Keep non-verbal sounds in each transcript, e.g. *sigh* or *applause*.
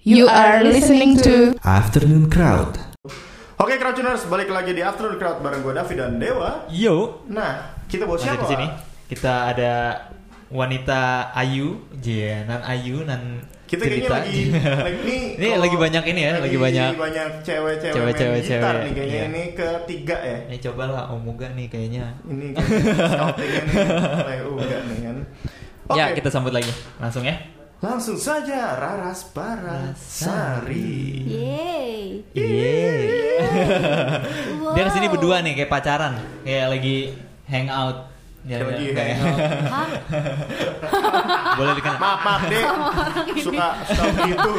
You are listening to Afternoon Crowd. Oke, Crowdtuners, balik lagi di Afternoon Crowd bareng gue Davi dan Dewa. Yo, Nah, kita bawa masih siapa? di sini. Kita ada wanita Ayu, Jia, nan Ayu, nan Kita kayaknya Cerita. lagi, lagi Ini kalau- lagi banyak ini ya, lagi banyak cewek-cewek main cewek-cewek, gitar cewek, nih kayaknya iya. ini ketiga ya. *laughs* Eh coba lah Omuga nih kayaknya. *laughs* Ini kayaknya scoutingnya nih, mulai uga nih kan. Oke, Ya kita sambut lagi langsung ya. langsung saja Raras Parasari. Yeay Iya. wow. Dia kesini berdua nih kayak pacaran, kayak lagi hangout. Ya, Kayak lagi kayak- hangout. Hah? *laughs* Boleh dikenal. Maaf, maaf deh. Suka suka begitu.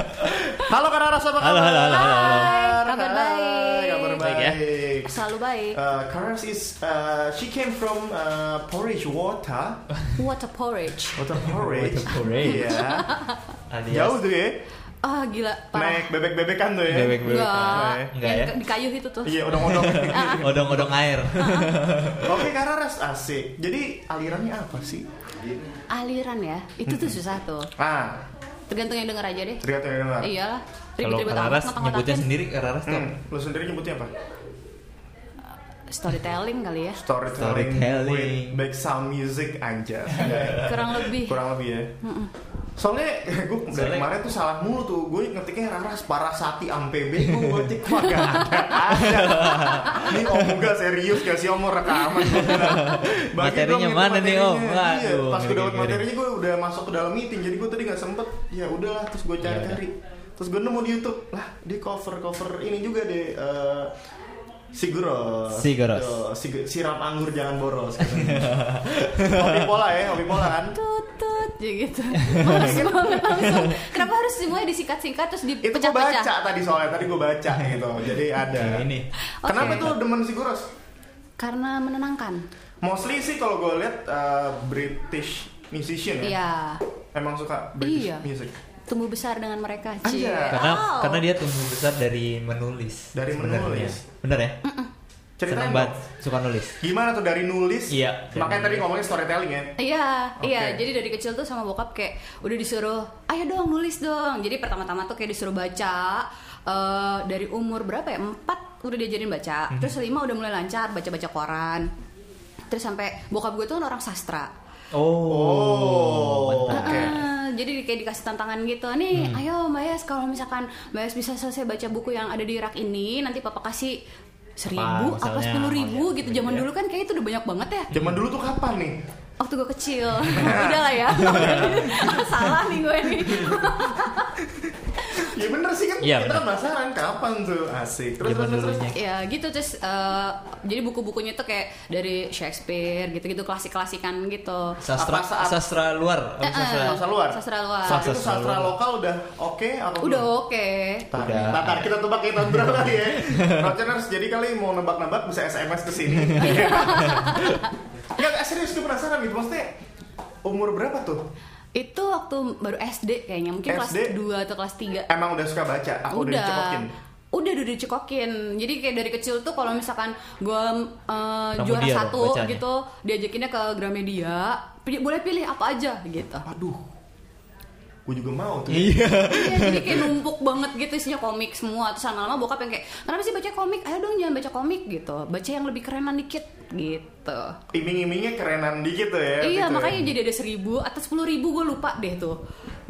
*laughs* Halo Kak Raras, apa kabar? Halo, halo, halo, halo, halo. Hai, kabar Hai, baik. Kabar Baik ya? baik. Selalu baik Ah. Uh, Karas is uh, she came from uh, porridge water, Water porridge water porridge. Water *laughs* porridge. Iya. Alias Jauh tuh ya. Ah gila parah Naik bebek-bebekan tuh ya. Bebek-bebek. Enggak Enggak Yang ya? ke- di kayu itu tuh Iya, odong-odong. Odong-odong air. Oke, Karas asik. Jadi alirannya apa sih? Aliran ya Itu tuh susah tuh Ah, Tergantung yang denger aja deh terlihat yang dengar. Iyalah Iya. Kalau Ribet-ribet amat Raras nyebutnya ngotak-ngotakin. sendiri Raras tuh Hmm, lu sendiri nyebutnya apa? Storytelling kali ya Storytelling, Storytelling. with back sound music Iya. aja. Eh, Kurang lebih Kurang lebih ya. Soalnya *laughs* gue dari Soalnya- kemarin tuh salah mulu tuh Gue ngetiknya Raras Parasati Ampebe Gue ngetik mah gak ada Ini om Uga serius gak sih om mau rekaman Gua bilang, "Bagi Materinya dong itu mana nih, Om?" materinya. Iya, Waduh, Pas gue dapet ngeri-ngeri. materinya gue udah masuk ke dalam meeting Jadi gue tadi gak sempet Ya udahlah terus Iya, gue cari-cari Terus gue nemu di Youtube Lah di cover-cover ini juga deh eh, Siguros Siguros. Tuh, sig- Siram anggur jangan boros katanya. Hobi pola ya Hobi pola kan tutut ya gitu *laughs* Males banget langsung. Kenapa harus semuanya disikat-sikat terus itu gue baca dipecah-pecah tadi soalnya tadi gue baca gitu jadi ada Oke, ini. kenapa Oke. tuh demen Siguros Karena menenangkan mostly sih kalau gue lihat uh, British musician ya Iya emang suka British Iya. music Tumbuh besar dengan mereka Ci. Anjay. karena Wow. karena dia tumbuh besar dari menulis Dari sebenarnya. menulis. bener ya Ceritain seneng dong. banget suka nulis gimana tuh dari nulis Iya. makanya tadi ngomongin storytelling ya Iya, Oke. iya. Jadi dari kecil tuh sama bokap kayak udah disuruh, ayo dong nulis dong. Jadi pertama-tama tuh kayak disuruh baca eh, dari umur berapa ya? Empat udah diajarin baca. Terus lima udah mulai lancar baca-baca koran. Terus sampai bokap gue tuh kan orang sastra. oh oke Ah, jadi kayak dikasih tantangan gitu nih, ayo Mbak Yas kalau misalkan Mbak Yas bisa selesai baca buku yang ada di rak ini, nanti papa kasih seribu apa Apa, misalnya, sepuluh ribu oh, ya, gitu. Zaman ya. dulu kan kayak itu udah banyak banget ya zaman dulu tuh kapan nih waktu gue kecil *laughs* udah lah ya salah nih gue nih ya bener sih kan Iya, kita kan bener. penasaran kapan tuh asik terus Zaman terus terus dulunya. *laughs* ya gitu terus eh, jadi buku-bukunya tuh kayak dari Shakespeare gitu-gitu klasik-klasikan gitu sastra Apa saat- sastra luar apa Eh, eh. sastra sastra luar Sastra luar. saat itu Sastra sastra luar. lokal udah oke apa belum? udah oke Tar, Udah. tar, tar, kita tebak kita tahun berapa *laughs* ya. Rochers jadi kali mau nebak-nebak bisa SMS ke sini. Enggak, serius gue penasaran gitu maksudnya umur berapa tuh? itu waktu baru SD kayaknya mungkin kelas SD? 2 atau kelas 3 Emang udah suka baca? Eh, Aku udah, dicokokin. udah udah dicekokin jadi kayak dari kecil tuh kalau misalkan gue Kamu juara dia satu bacanya. gitu diajakinnya ke Gramedia "Pilih- boleh pilih apa aja gitu Aduh. Gue juga mau tuh. iya Iya, jadi kayak numpuk banget gitu isinya komik semua terus lama-lama bokap yang kayak kenapa sih baca komik ayo dong jangan baca komik gitu baca yang lebih kerenan dikit gitu Iming-imingnya kerenan dikit tuh ya. iya gitu ya. makanya jadi ada seribu atau sepuluh ribu gue lupa deh tuh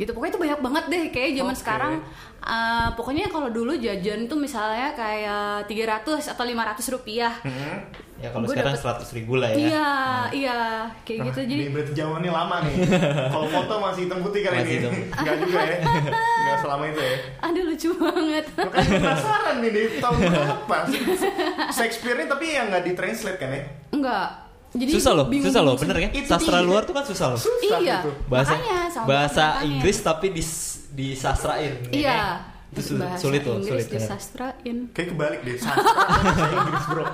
gitu pokoknya itu banyak banget deh kayak zaman Oke. sekarang eh, pokoknya kalau dulu jajan tuh misalnya kayak 300 atau 500 rupiah Hmm. ya kalau Gua sekarang dapet- seratus ribu lah ya iya iya kayak gitu jadi Ini Nah, berarti Jawa nih lama *laughs* nih. Kalau foto masih hitam putih kali Masih ini. *laughs* hitam. Enggak juga ya. Enggak selama itu ya. aduh lucu banget Makanya penasaran nih di tahun *laughs* berapa? Shakespeare-nya tapi yang nggak ditranslate kan ya? enggak jadi susah loh bingung susah loh sendiri. bener ya Itu sastra dia. luar tuh kan susah loh Susah Iya. gitu. bahasa Makanya, sama bahasa makanya. Inggris tapi di disastrain Iya. Ya, kayak- itu su- Bahasa sulit tuh Inggris sulit bener. disastrain. Kayak kebalik deh. *laughs* Sastra bahasa Inggris bro.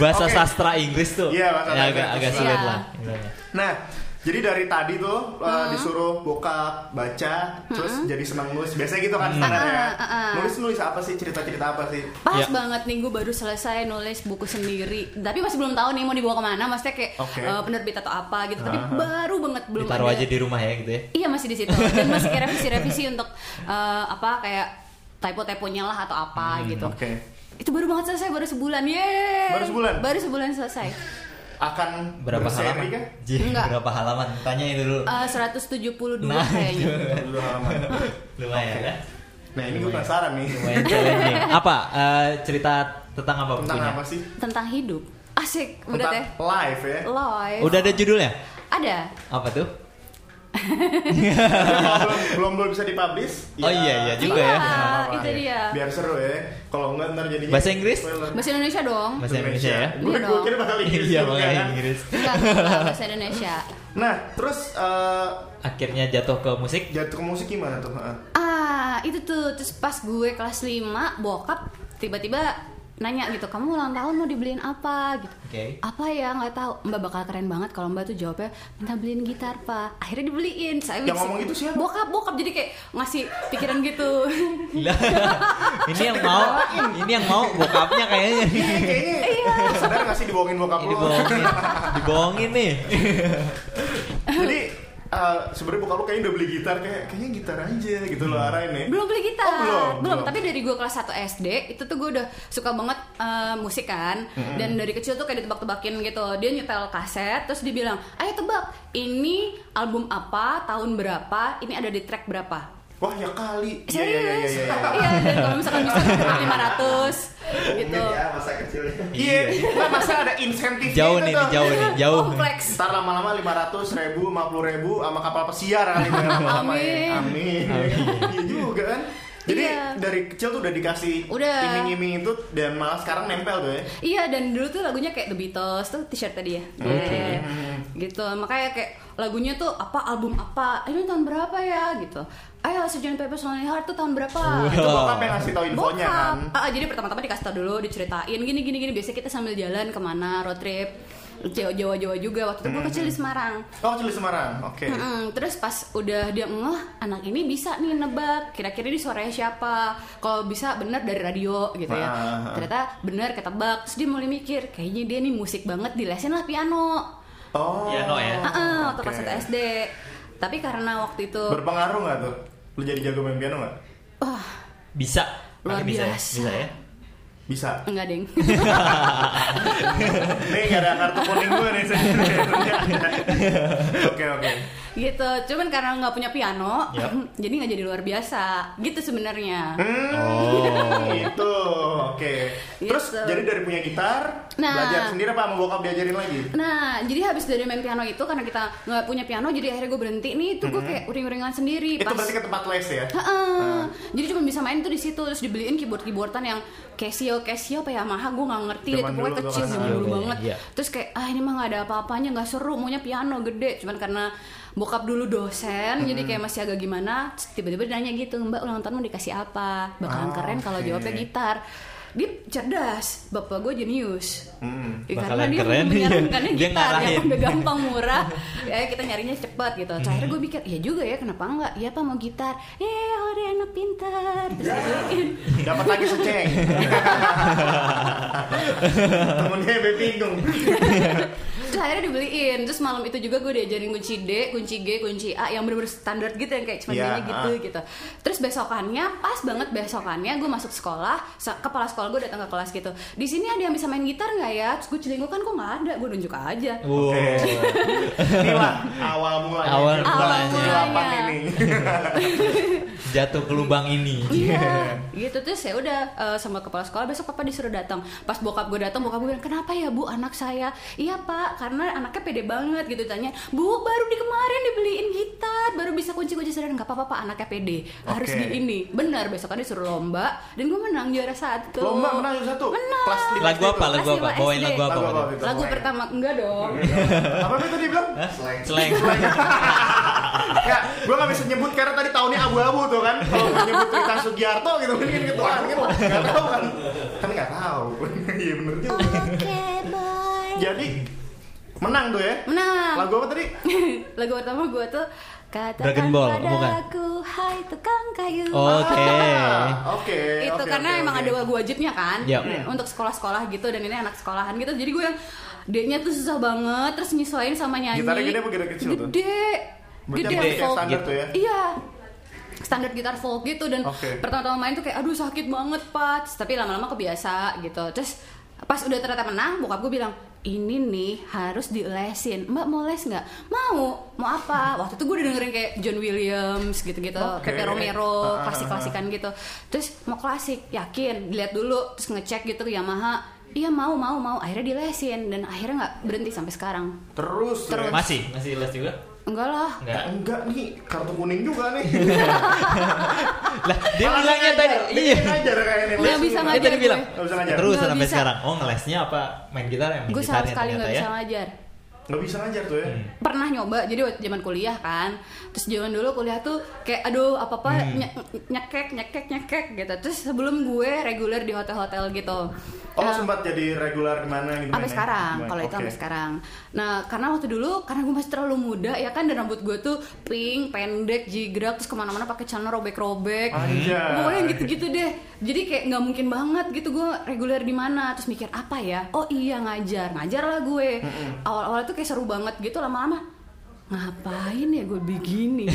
bahasa Oke. sastra Inggris tuh Iya, bahasa ya, agak sastra agak Iya, Inggris. sulit ya. Iya. lah istilahnya. Nah, Jadi dari tadi tuh uh, Hmm. disuruh bokap baca, terus jadi senang nulis. Biasanya gitu kan Ah, standarnya. ah, ah. Nulis nulis apa sih? Cerita cerita apa sih? Pas Ya. banget nih gue baru selesai nulis buku sendiri Tapi masih belum tahu nih mau dibawa kemana Maksudnya kayak Oke. eh, penerbit atau apa gitu Tapi baru banget belum Ah. Ditaruh ada aja di rumah ya gitu ya. Iya masih di situ Dan masih kayak revisi-revisi untuk eh, Apa kayak typo-typonya lah atau apa Hmm, gitu Oke. Itu baru banget selesai, baru sebulan Yeay Baru sebulan? Baru sebulan *laughs* selesai Akan Berapa berseri halaman? *laughs* kah? Ji, Enggak. berapa halaman? Tanya itu dulu. Eh, 172 nah, itu. kayaknya Dua halaman. Lumayan Oke. ya. Nah ini gue penasaran nih. Lumayan *laughs* challenging. apa eh, cerita tentang apa Tentang bukunya? apa sih? Tentang hidup Asik, udah Tentang deh live ya. Live Udah ada judulnya? Ada Apa tuh? belum, belum belum bisa dipublish. Oh iya, iya juga Iya. ya. Ah, Nggak apa-apa. itu dia. Biar seru ya. Kalau enggak ntar jadinya Bahasa Inggris? spoiler. Bahasa Indonesia dong Bahasa Indonesia ya. Gue Iya gue dong. kira bakal Inggris Iya, juga bahasa kan. Inggris. Enggak, enggak, bahasa Indonesia Nah, terus eh, Akhirnya jatuh ke musik. jatuh ke musik gimana tuh? Heeh. Ah, itu tuh terus pas gue kelas 5 bokap tiba-tiba nanya gitu, "Kamu ulang tahun mau dibeliin apa?" gitu. Oke. Apa ya nggak tahu. Mbak bakal keren banget kalau Mbak tuh jawabnya minta beliin gitar, Pak. Akhirnya dibeliin. Saya Yang bisa- ngomong itu siapa? Bokap, bokap. Jadi kayak ngasih pikiran gitu. *laughs* Gila. ini yang mau, ini yang mau bokapnya Iya, kayaknya. Iya, nih. Eh, *laughs* Kayaknya Iya. sadar gak sih dibohongin bokap Ini lu? dibohongin, dibohongin nih. *laughs* Jadi eh, sebenarnya bokap lu kayaknya udah beli gitar kayak kayaknya gitar aja gitu loh arahin ya. belum beli gitar. Oh, belum, belum. Tapi dari gue kelas 1 SD itu tuh gue udah suka banget eh, musik kan. Dan dari kecil tuh kayak ditebak-tebakin gitu. Dia nyetel kaset terus dibilang, "Ayo tebak, ini album apa, tahun berapa, ini ada di track berapa." Wah ya kali. Iya iya iya Serius? iya. Iya, iya. dan kalau misalkan bisa dapat 500 *laughs* gitu. ya. masa kecilnya. Iya, nah, masa ada insentif Jauh nih, tuh. jauh nih, jauh. nih. Kompleks. Ntar lama-lama 500 ribu, 50 ribu sama kapal pesiar kali ini lama-lama ya. Amin. Amin. Iya juga kan. Jadi Iya. dari kecil tuh udah dikasih Udah. iming-iming itu dan malah sekarang nempel tuh ya. Iya dan dulu tuh lagunya kayak The Beatles tuh t-shirt tadi ya. Yeah. Gitu. Makanya kayak lagunya tuh apa album apa? Ini tahun berapa ya gitu. Ayo Sgt. Pepper's Lonely Heart tuh tahun berapa? Nah, Gitu. Itu Wow. bokap yang ngasih tahu infonya kan. Bokap. Ah, jadi pertama-tama dikasih tau dulu diceritain gini gini gini biasanya kita sambil jalan kemana road trip Jawa Jawa Jawa juga waktu itu Mm-hmm. gue kecil di Semarang Oh, kecil di Semarang. Oke. Mm-mm. terus pas udah dia ngeh anak ini bisa nih nebak kira-kira ini suaranya siapa kalau bisa bener dari radio gitu ya Ah. ternyata bener ketebak terus dia mulai mikir kayaknya dia nih musik banget dilesin lah piano Oh. Iya, no, ya. Ah, ah, waktu oke. kelas satu SD tapi karena waktu itu Berpengaruh nggak tuh? Lu jadi jago main piano nggak? wah Bisa. Luar Tapi bisa ya? biasa. Bisa ya? Bisa. *laughs* enggak deng Nih nggak ada kartu kuning gue nih. saya kira ya. *laughs* Oke oke. *laughs* gitu cuman karena nggak punya piano Yap. *laughs* jadi nggak jadi luar biasa gitu sebenarnya Hmm, *laughs* Oh. gitu. Oke. Terus Gitu. jadi dari punya gitar, Nah. belajar sendiri apa mau bokap diajarin lagi? Nah, jadi habis dari main piano itu karena kita nggak punya piano, jadi akhirnya gue berhenti. Nih, itu gue kayak uring-uringan sendiri. Hmm. Itu berarti ke tempat les ya? Heeh. Jadi cuma bisa main tuh di situ terus dibeliin keyboard-keyboardan yang Casio, Casio apa Yamaha gue nggak ngerti itu Zaman pokoknya dulu tuh kecil kan. zaman Iya, dulu iya, banget. iya. Terus kayak ah ini mah nggak ada apa-apanya nggak seru maunya piano gede cuman karena bokap dulu dosen jadi kayak masih agak gimana terus tiba-tiba dia nanya gitu mbak ulang tahun mau dikasih apa bakalan Ah, keren kalau oke. jawabnya gitar dia cerdas bapak gue jenius Hmm. Ya, karena Bakalan dia keren, *laughs* iya. menyarankannya Dia gitar ngarahin. yang udah gampang murah ya kita nyarinya cepet gitu Terus akhirnya gue mikir ya juga ya kenapa enggak ya pak mau gitar eh ore anak pintar terus dibeliin. Dapat lagi *laughs* seceng. Temennya be bingung. terus akhirnya dibeliin terus malam itu juga gue diajarin kunci D kunci G kunci A yang bener-bener standar gitu yang kayak cuma Iya, gini gitu ah. gitu terus besokannya pas banget besokannya gue masuk sekolah sa- kepala sekolah gue datang ke kelas gitu di sini ada yang bisa main gitar nggak ya terus gue celingukan kok nggak ada gue nunjuk aja Wow. Oke. Inilah awal mulanya. Iya. Awal mulanya. Kegelapan ini. Jatuh ke lubang ini. Iya, gitu terus ya udah eh, sama kepala sekolah besok papa disuruh datang. Pas bokap gue datang, bokap gue bilang kenapa ya bu anak saya? Iya pak, karena anaknya pede banget gitu tanya. Bu baru di kemarin dibeliin gitar, baru bisa kunci kunci sendiri nggak apa-apa pak anaknya pede. Harus Oke. di ini. Benar besoknya disuruh lomba dan gue menang juara satu. Lomba menang juara satu? Menang. Kelas lima Lagu SD apa? tuh. Lagu Kelas apa? lima Bawain SD. lagu apa? Lagu apa? waktu itu? Lagu pertama enggak dong. Apa itu tadi bilang? Slang. Slang. Enggak, gue gak bisa nyebut karena tadi tahunnya abu-abu tuh kan Kalau gue nyebut cerita Sugiarto gitu mungkin ketuaan gitu Gak tau kan Kan gak tau Iya bener juga Oke boy. Jadi Menang tuh ya. Menang. Lagu apa tadi? lagu pertama gue tuh katakan Dragon Ball, bukan? Oh, padaku hai tukang kayu Oke. Ah, Oke. itu oke, karena oke, emang oke. Ya. ada lagu wajibnya kan Yap. Hmm. untuk sekolah-sekolah gitu dan ini anak sekolahan gitu jadi gue yang D-nya tuh susah banget terus nyesuaiin sama nyanyi Gitarnya gede apa gitar kecil tuh? gede Berarti gede, apa kayak folk. standar tuh ya? iya standar gitar folk gitu dan Oke. pertama-tama main tuh kayak aduh sakit banget pat tapi lama-lama kebiasa gitu terus pas udah ternyata menang bokap gue bilang ini nih harus dilesin mbak mau les nggak mau mau apa waktu itu gue udah dengerin kayak John Williams gitu-gitu Oke. Pepe Ah, ah, gitu, Romero ah, klasik-klasikan gitu terus mau klasik yakin dilihat dulu terus ngecek gitu ke Yamaha iya mau mau mau akhirnya dilesin dan akhirnya nggak berhenti sampai sekarang Terus. ya. Masih, masih les juga? enggak lah Ya, Enggak. enggak nih kartu kuning juga *laughs* nih. Lah, dia bilangnya tadi. Iya. Iya. Ngajar kayaknya. Dia bisa Les juga. Dia ngajar tadi gue. bilang. Nggak bisa ngajar. Terus Nggak sampai bisa. sekarang. Oh, ngelesnya apa main gitar ya? Main gue gitar sama ya sekali nggak ternyata bisa ya. ngajar Nggak bisa ngajar tuh Hmm. ya. pernah nyoba jadi waktu zaman kuliah kan terus zaman dulu kuliah tuh kayak aduh apa apa Hmm. nyekek nyekek nyekek gitu terus sebelum gue reguler di hotel-hotel gitu Oh Nah, sempat jadi regular di mana gitu? sampai mainnya? sekarang Gimana? kalau itu Oke. sampai sekarang nah karena waktu dulu karena gue masih terlalu muda ya kan dan rambut gue tuh pink pendek jigrak terus kemana-mana pakai celana robek-robek Anjay. gue yang gitu-gitu deh jadi kayak nggak mungkin banget gitu gue reguler di mana terus mikir apa ya oh iya ngajar ngajar lah gue awal-awal tuh kayak seru banget gitu lama-lama ngapain ya gue *laughs* begini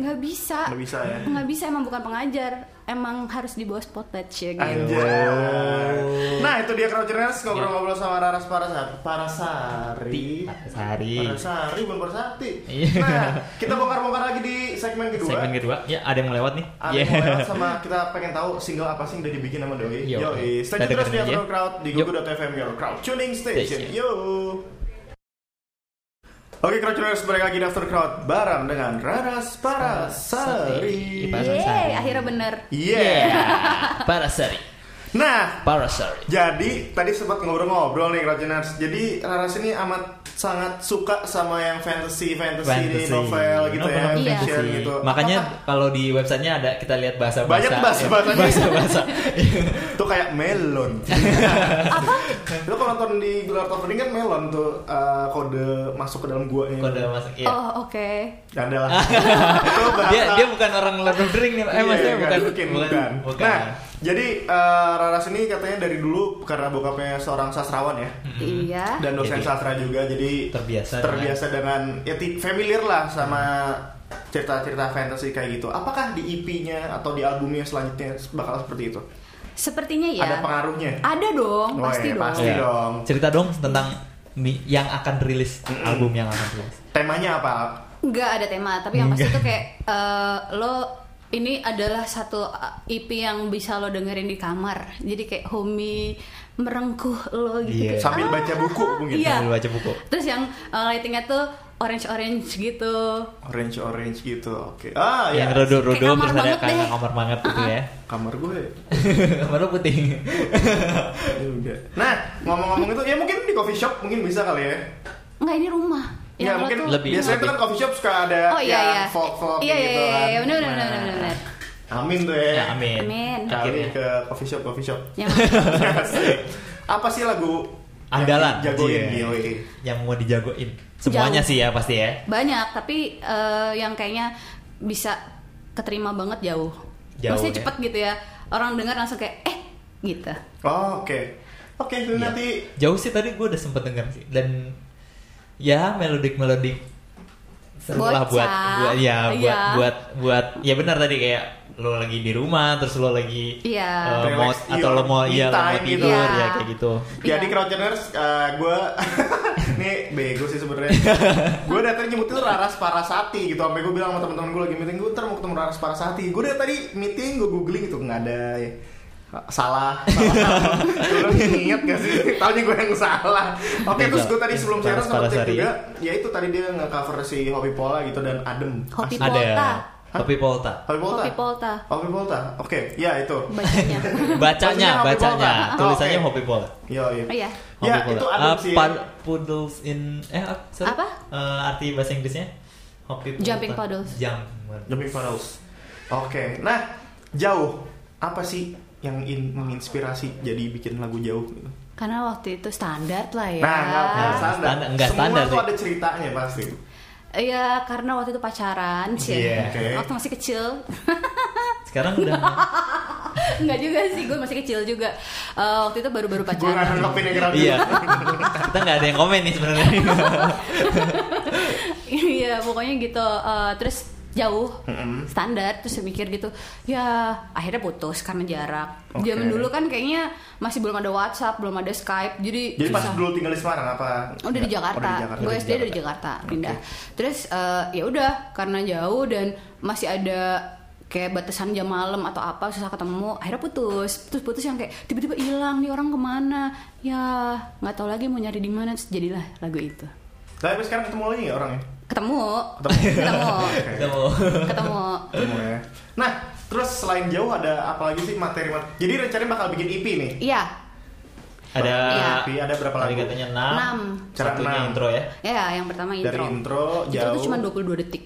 nggak bisa Nggak bisa ya? nggak bisa emang bukan pengajar emang harus di bawah spotlight ya gitu Anjay. Nah itu dia Crouchers Iya. ngobrol-ngobrol sama Raras Parasari. Parasari. Parasari. Parasari bukan Parasati. Iya. Nah kita bongkar-bongkar lagi di segmen kedua. Segmen kedua. Ya, ada yang melewat nih. Ada Iya. yang mau *laughs* lewat sama kita pengen tahu single apa sih yang udah dibikin sama Doi. Yo. Yo, stay Kita tune terus di dengerin aja. Afro Crowd di Yo. Google.fm Your Crowd Tuning Station. Station. Yo. Oke, Crowdtuners balik lagi di After Crowd bareng dengan Raras Parasari. Parasari. Yeay, akhirnya bener Yeah. Parasari. Iya. Nah, Parasari. Jadi tadi sempat ngobrol-ngobrol nih Rogeners. Jadi Raras ini amat sangat suka sama yang fantasy fantasy, Fantasy. novel gitu ya, Novel Iya. fiction fantasy. gitu. Makanya kalau di websitenya ada kita lihat Ya, bahasa bahasa. Banyak bahasa-bahasanya. bahasa. *laughs* Apakah tuh kayak *laughs* melon. Lo kalau nonton di Gelar of the Ring kan melon tuh eh, kode masuk ke dalam guanya. Kode masuk. Iya. oh oke *laughs* Canda lah. Itu bahasa- Dia dia bukan orang Lord of the Ring nih. Eh, Iya, maksudnya nggak bukan mungkin, bukan. bukan. Nah, jadi eh, Raras ini katanya dari dulu karena bokapnya seorang sastrawan ya. Iya. dan dosen Jadi, sastra juga jadi terbiasa terbiasa dengan, ya ti- familiar lah sama Hmm. cerita-cerita fantasy kayak gitu apakah di EP-nya atau di albumnya selanjutnya bakal seperti itu Sepertinya ya. ada pengaruhnya Ada dong, Oh, pasti iya, dong. pasti. Iya. dong. Cerita dong tentang mi- yang akan rilis album yang akan rilis. temanya apa Nggak ada tema, tapi yang pasti tuh kayak eh, lo ini adalah satu eh, EP yang bisa lo dengerin di kamar. Jadi kayak homey merengkuh lo gitu. Iya. Kayak, Sambil "Ah, baca buku mungkin, Iya. Sambil baca buku. Terus yang eh, lightingnya tuh orange orange gitu. orange orange gitu oke ah ya Yang rodo-rodo Iya, Kayak kamar terus ada banget kayak deh. kamar banget gitu ya. *laughs* kamar gue Kamar lo putih. juga nah ngomong-ngomong itu ya mungkin di coffee shop mungkin bisa kali ya Nggak ini rumah. Yang Ya, lo mungkin tuh- lebih- biasanya itu kan coffee shop suka ada Oh iya yang iya. folk-folk Iya iya gitu iya, kan. iya, benar benar Nah, benar benar, benar. amin tuh ya, Ya, amin. Amin. Kali Akhirnya. ke coffee shop coffee shop Yang *laughs* Asik. apa sih lagu Andalan. yang jagoin Iya. GOE? Yang mau dijagoin. Semuanya Jauh. sih ya pasti ya. banyak tapi eh, yang kayaknya bisa keterima banget jauh. Jauh, Maksudnya ya. cepet gitu ya. Orang dengar langsung kayak eh gitu. Oh, oke oke itu Iya. nanti Jauh sih tadi gue udah sempet denger sih dan ya melodik melodik seru lah Bocah. buat buat ya buat Iya. buat buat ya benar tadi kayak lo lagi di rumah terus lo lagi Iya. eh, mau Relax, atau lo mau your iya lo mau me time gitu. tidur Iya. ya kayak gitu jadi Iya. Crouchers gue *laughs* nih bego sih *laughs* sebenarnya gue dari tadi nyebut itu Raras Parasati gitu sampai gue bilang sama teman-teman gue lagi meeting gue ntar mau ketemu Raras Parasati gue dari tadi meeting gue googling gitu nggak ada ya. salah salah *laughs* Lu inget gak sih *laughs* tahunya gue yang salah oke Iya, terus gue tadi sebelum siaran Raras sama Jack Parasari. juga ya itu tadi dia nge-cover si Hopi Pola gitu dan Adem Hopi Asik. ada Polta. Hopi Polta Hopi Polta Kopi Polta Hopi Polta oke ya itu *laughs* bacanya. bacanya Maksudnya Hopi bacanya Polta. *laughs* tulisannya Oh, oke. Hopi Polta Yo, yo. Iya. ya Hopi Polta. itu Adem Eh, sih pad- Poodles in eh apa? sorry. Apa? Eh, arti bahasa Inggrisnya Hopi Polta. Jumping Puddles. Jump. Demi Faroes. Oke, nah jauh apa sih yang in- menginspirasi jadi bikin lagu jauh? gitu? Karena waktu itu standar lah ya. Nah, nggak nggak standar. Iya, Standar- nggak Semua standar tuh sih. ada ceritanya pasti. Iya, karena waktu itu pacaran sih. Iya. Oke. Waktu masih kecil. *laughs* Sekarang udah Enggak juga sih, gue masih kecil juga. Eh, waktu itu baru-baru Gue nggak pacaran. nangkepin yang kira-kira. iya. Kita nggak ada yang komen nih sebenarnya. *laughs* Iya, pokoknya gitu. Eh, terus jauh standar terus saya mikir gitu ya akhirnya putus karena jarak Oke. zaman dulu kan kayaknya masih belum ada WhatsApp belum ada Skype jadi Jadi pas susah. Oh, dulu oh, tinggal di Semarang apa? udah di Jakarta, gue SD dari Jakarta pindah terus eh, ya udah karena jauh dan masih ada kayak batasan jam malam atau apa susah ketemu akhirnya putus terus putus yang kayak tiba-tiba hilang nih orang kemana ya nggak tahu lagi mau nyari di mana terus jadilah lagu itu Tapi sampai sekarang ketemu lagi nggak orangnya? ketemu Ketemu. ketemu *laughs* Kita mau ketemu Ketemu ya. Nah, terus selain jauh ada apa lagi sih materi-materi? Jadi rencananya bakal bikin EP nih. iya ada Iya. Tapi ada berapa Ah, tadi lagu? katanya 6. Enam. Cara Satunya enam. intro ya. ya yang pertama intro Dari intro, itu jauh. cuma 22 detik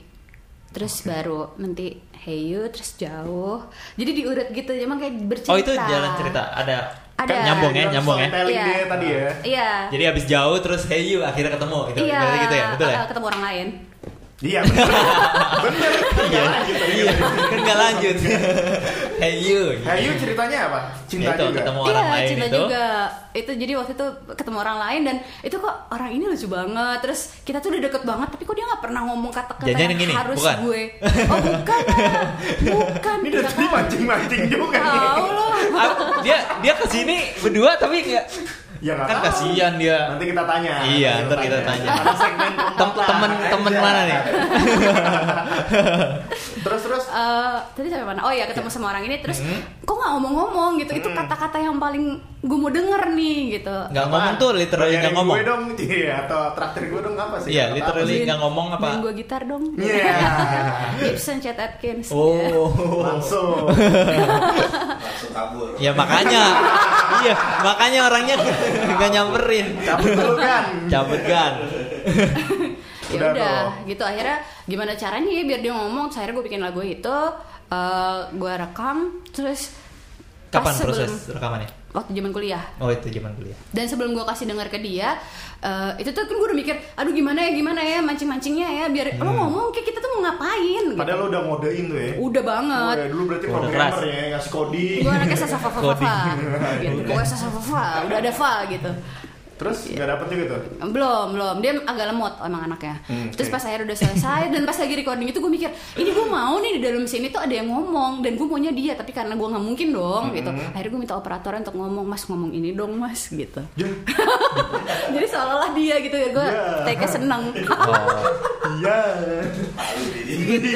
terus baru nanti hey you terus jauh jadi diurut gitu emang kayak bercerita Oh, itu jalan cerita. Ada Ada. nyambung ya, Bilang nyambung ya. storytelling Iya. Kan dia tadi ya. Iya. Jadi habis jauh terus hey you akhirnya ketemu gitu. Iya. Berarti gitu ya, betul ya? eh, Ketemu orang lain. Iya. bener. Bener. Iya. gitu, Iya, Iya. kan nggak *laughs* lanjut. hey you. gitu. Hayu Nah, ceritanya apa? Cinta Ya, Itu, juga. ketemu. Sama iya, orang lain cinta itu. juga. Itu jadi waktu itu ketemu orang lain dan itu kok orang ini lucu banget. Terus kita tuh udah deket banget, tapi kok dia nggak pernah ngomong kata-kata Jangan-jangan yang yang gini, harus bukan? gue. Oh bukan, lah. *laughs* bukan. Ini udah Nggak tadi mancing-mancing juga nih. Tahu loh. Ah, dia dia kesini berdua tapi nggak Ya nggak kan tahu. kasihan dia Nanti kita tanya. Iya, ntar kita tanya. Ada segmen Tem- pemotong. temen-temen Aja. mana nih? Terus terus. Eh, tadi sampai mana? Oh ya ketemu Iya. sama orang ini terus Hmm. kok nggak ngomong-ngomong gitu? Itu kata-kata yang paling gue mau denger nih gitu. nggak ngomong tuh literally Bayarin nggak ngomong Gue dong, iya atau traktir gue dong apa sih? Iya, Apa-apa literally. sih? Beliin- nggak ngomong apa? beliin gue gitar dong. Iya. Gibson Chet Atkins. ya. oh Langsung. langsung kabur ya makanya iya makanya orangnya *laughs* nggak nyamperin Cabut dulu kan. cabut kan ya Udah udah, dong. gitu akhirnya gimana caranya ya biar dia ngomong terus akhirnya gue bikin lagu itu eh gue rekam terus pas kapan sebelum- proses rekamannya waktu zaman kuliah oh itu zaman kuliah *laughs* dan sebelum gue kasih dengar ke dia eh, itu tuh kan gue udah mikir aduh gimana ya gimana ya mancing mancingnya ya biar Hmm. lo ngomong kayak kita tuh mau ngapain gitu. Padahal lo udah ngodein tuh ya. udah banget Udah, dulu berarti Udah programmer keras. ya, ngasih coding. gue *laughs* anaknya sasa fa fa fa fa gitu Coding. gue sasa fa fa udah ada fa gitu Terus nggak dapet juga tuh. belum belum dia agak lemot emang anaknya Hmm, terus oke. pas akhirnya udah selesai dan pas lagi recording itu gue mikir ini gue mau nih di dalam sini tuh ada yang ngomong dan gue maunya dia tapi karena gue nggak mungkin dong Hmm. gitu akhirnya gue minta operatornya untuk ngomong mas ngomong ini dong mas gitu Ya, *laughs* jadi seolah-olah dia gitu ya gue Ya. take *laughs* seneng *laughs* oh iya. malu jadi gitu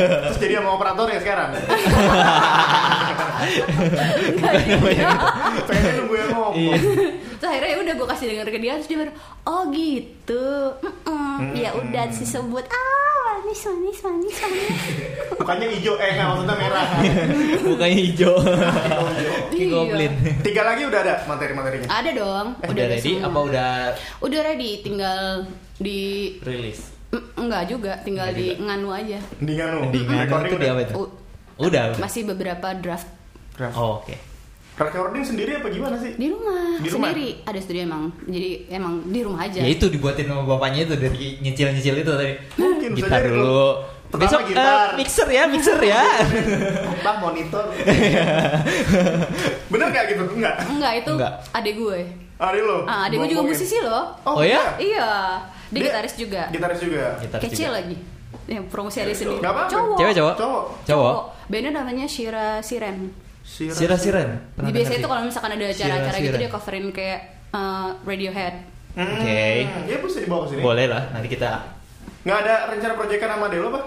Terus jadi sama operator ya sekarang. Nggak juga. gitu. Pengen nunggu yang ngomong. Iya. terus akhirnya ya udah gue kasih denger ke dia terus dia baru oh gitu Hmm. Mm-mm. ya udah disebut ah manis manis manis manis Bukannya hijau, eh nggak maksudnya merah. mukanya hijau Iya. Ki goblin Tiga lagi udah ada materi-materinya. ada dong Eh, udah ada ready semua. apa udah Udah ready, tinggal di rilis Mm, enggak juga, tinggal Enggak di juga. nganu aja. Mendingan lo. Mendingan Recording itu dia udah. apa itu U- udah udah. masih beberapa draft Draft. oh, oke Recording sendiri apa gimana sih? di rumah, Di rumah? sendiri. Ada studio emang. Jadi emang di rumah aja. ya itu dibuatin sama bapaknya itu dari nyicil-nyicil itu tadi Mungkin bisa gitar jadi tuh. dulu Pertama besok eh, gitar. mixer ya mixer *laughs* ya Bang monitor. Bener nggak gitu? Enggak. Enggak, itu Enggak. adik gue. Ada lo. Ah, adik gue juga musisi loh. Oh, ya? Iya, dia, gitaris juga. Gitaris juga. Gitar Kecil juga. lagi. Ya, promosi adik sendiri. Nggak apa-apa. Cowok. Cewek cowok? Cowok. Cowok. Bandnya namanya Shira Siren. Sira siren. Jadi biasanya itu kalau misalkan ada acara-acara gitu Shira Siren. dia coverin kayak eh, Radiohead. Hmm, Oke. Ya bisa dibawa ke sini. boleh lah nanti kita Nggak ada rencana proyekan sama Delo apa?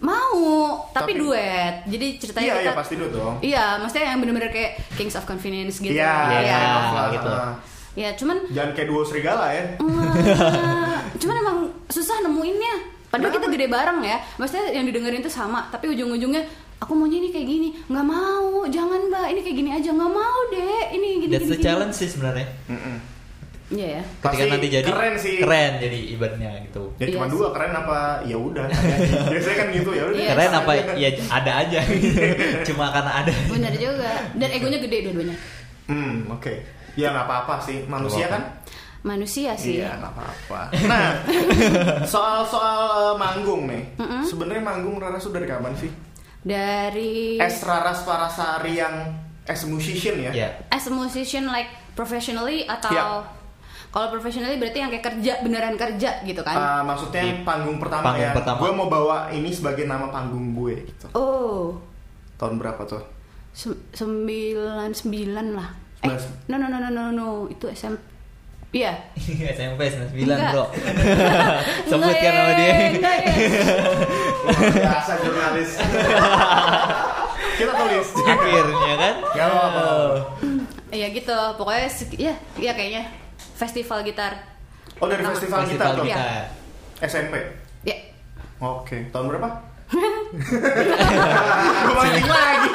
Mau, tapi, Tapi- duet. Jadi ceritanya Iya, kita iya, pasti duet dong. Iya, maksudnya yang bener-bener kayak Kings of Convenience gitu. Iya. Iya. Nah, gitu. nah. Ya, cuman Jangan kayak duo serigala ya. eh, cuman emang susah nemuinnya. Padahal kita gede bareng ya. Maksudnya yang didengerin tuh sama, tapi ujung-ujungnya aku maunya ini kayak gini. nggak mau, jangan, Mbak. Ini kayak gini aja. nggak mau, deh. Ini gini That's gini. the gini. challenge sih sebenarnya. Mm-mm. Iya ya. Ketika Pasti nanti jadi keren sih. Keren jadi ibaratnya gitu. Ya cuma Iya dua keren apa ya udah. *laughs* Biasanya kan gitu ya udah. Iya, keren sama apa ya ada *laughs* aja. Cuma karena ada. Bener juga. Dan egonya gede dua-duanya. Hmm, oke. Ya nggak apa-apa sih, manusia Nggak kan? manusia sih Iya nggak apa-apa. *laughs* Nah, soal soal eh, manggung nih, sebenarnya manggung Rara sudah dari kapan sih? dari Es Rara Parasari yang as a musician ya? *laughs* Iya. as a musician like professionally atau Iya. kalau professionally berarti yang kayak kerja beneran kerja gitu kan Ah, maksudnya Di panggung pertama panggung ya. pertama. Gue mau bawa ini sebagai nama panggung gue. Gitu. oh Tahun berapa *laughs* tuh? sem- sembilan sembilan lah eh Sembilan- no no no no no no itu SM iya *laughs* SMP 99 Enggak. *laughs* bro Sebutkan sama dia Enggak ya, *laughs* enggak ya. Biasa jurnalis. *laughs* Kita tulis. Akhirnya kan Nggak apa-apa. Iya gitu, pokoknya se- ya, ya kayaknya festival gitar. Oh dari Pertama. festival, kita Festival tuh? Iya. kita SMP. Ya. Oke. Tahun *laughs* berapa? Gue mancing lagi.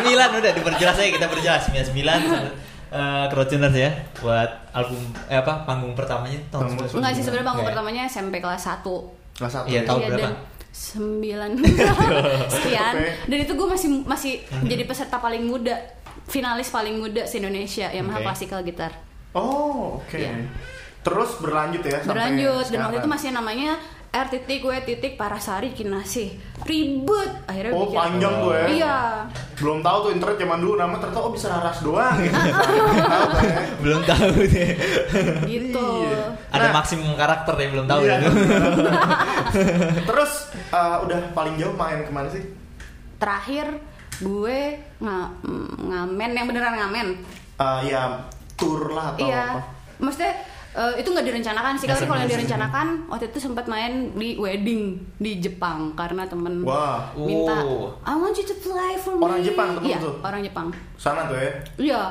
99 udah diperjelas aja kita berjelas *laughs* 99 eh Crowdtuners ya buat album eh apa panggung pertamanya tahun Tahun 99. Enggak sih sebenarnya Iya, panggung Enggak ya? pertamanya SMP kelas 1. Kelas satu. Iya, ya? Tahun Iya, berapa? Dan *laughs* sembilan sekian. Oke. Hmm. Dan itu gue masih masih jadi peserta paling muda, finalis paling muda se Indonesia Yamaha Oke. Classical Guitar. Oh, oke. Iya. Terus berlanjut ya sampai Berlanjut dan waktu sekarang. itu masih namanya R titik W titik Parasari Kinasih. Ribet akhirnya Oh, bikin. panjang tuh ya. *laughs* Iya. Belum tahu tuh internet zaman dulu nama ternyata oh bisa raras *laughs* doang ya. gitu. belum tahu deh Gitu. Iya. ada Nah. maksimum karakter yang belum tahu ya. Iya. dulu. Terus eh, udah paling jauh main kemana sih? Terakhir gue nga- mm, ngamen yang beneran ngamen. Eh, ya tour lah atau iya. apa? Maksudnya eh, itu nggak direncanakan sih, tapi Nggak kalau yang sengaja. direncanakan waktu itu sempat main di wedding di Jepang karena temen Wah, minta Oh. I want you to play for me. Orang Jepang temen Iya, tuh? orang Jepang. sana tuh ya. Iya,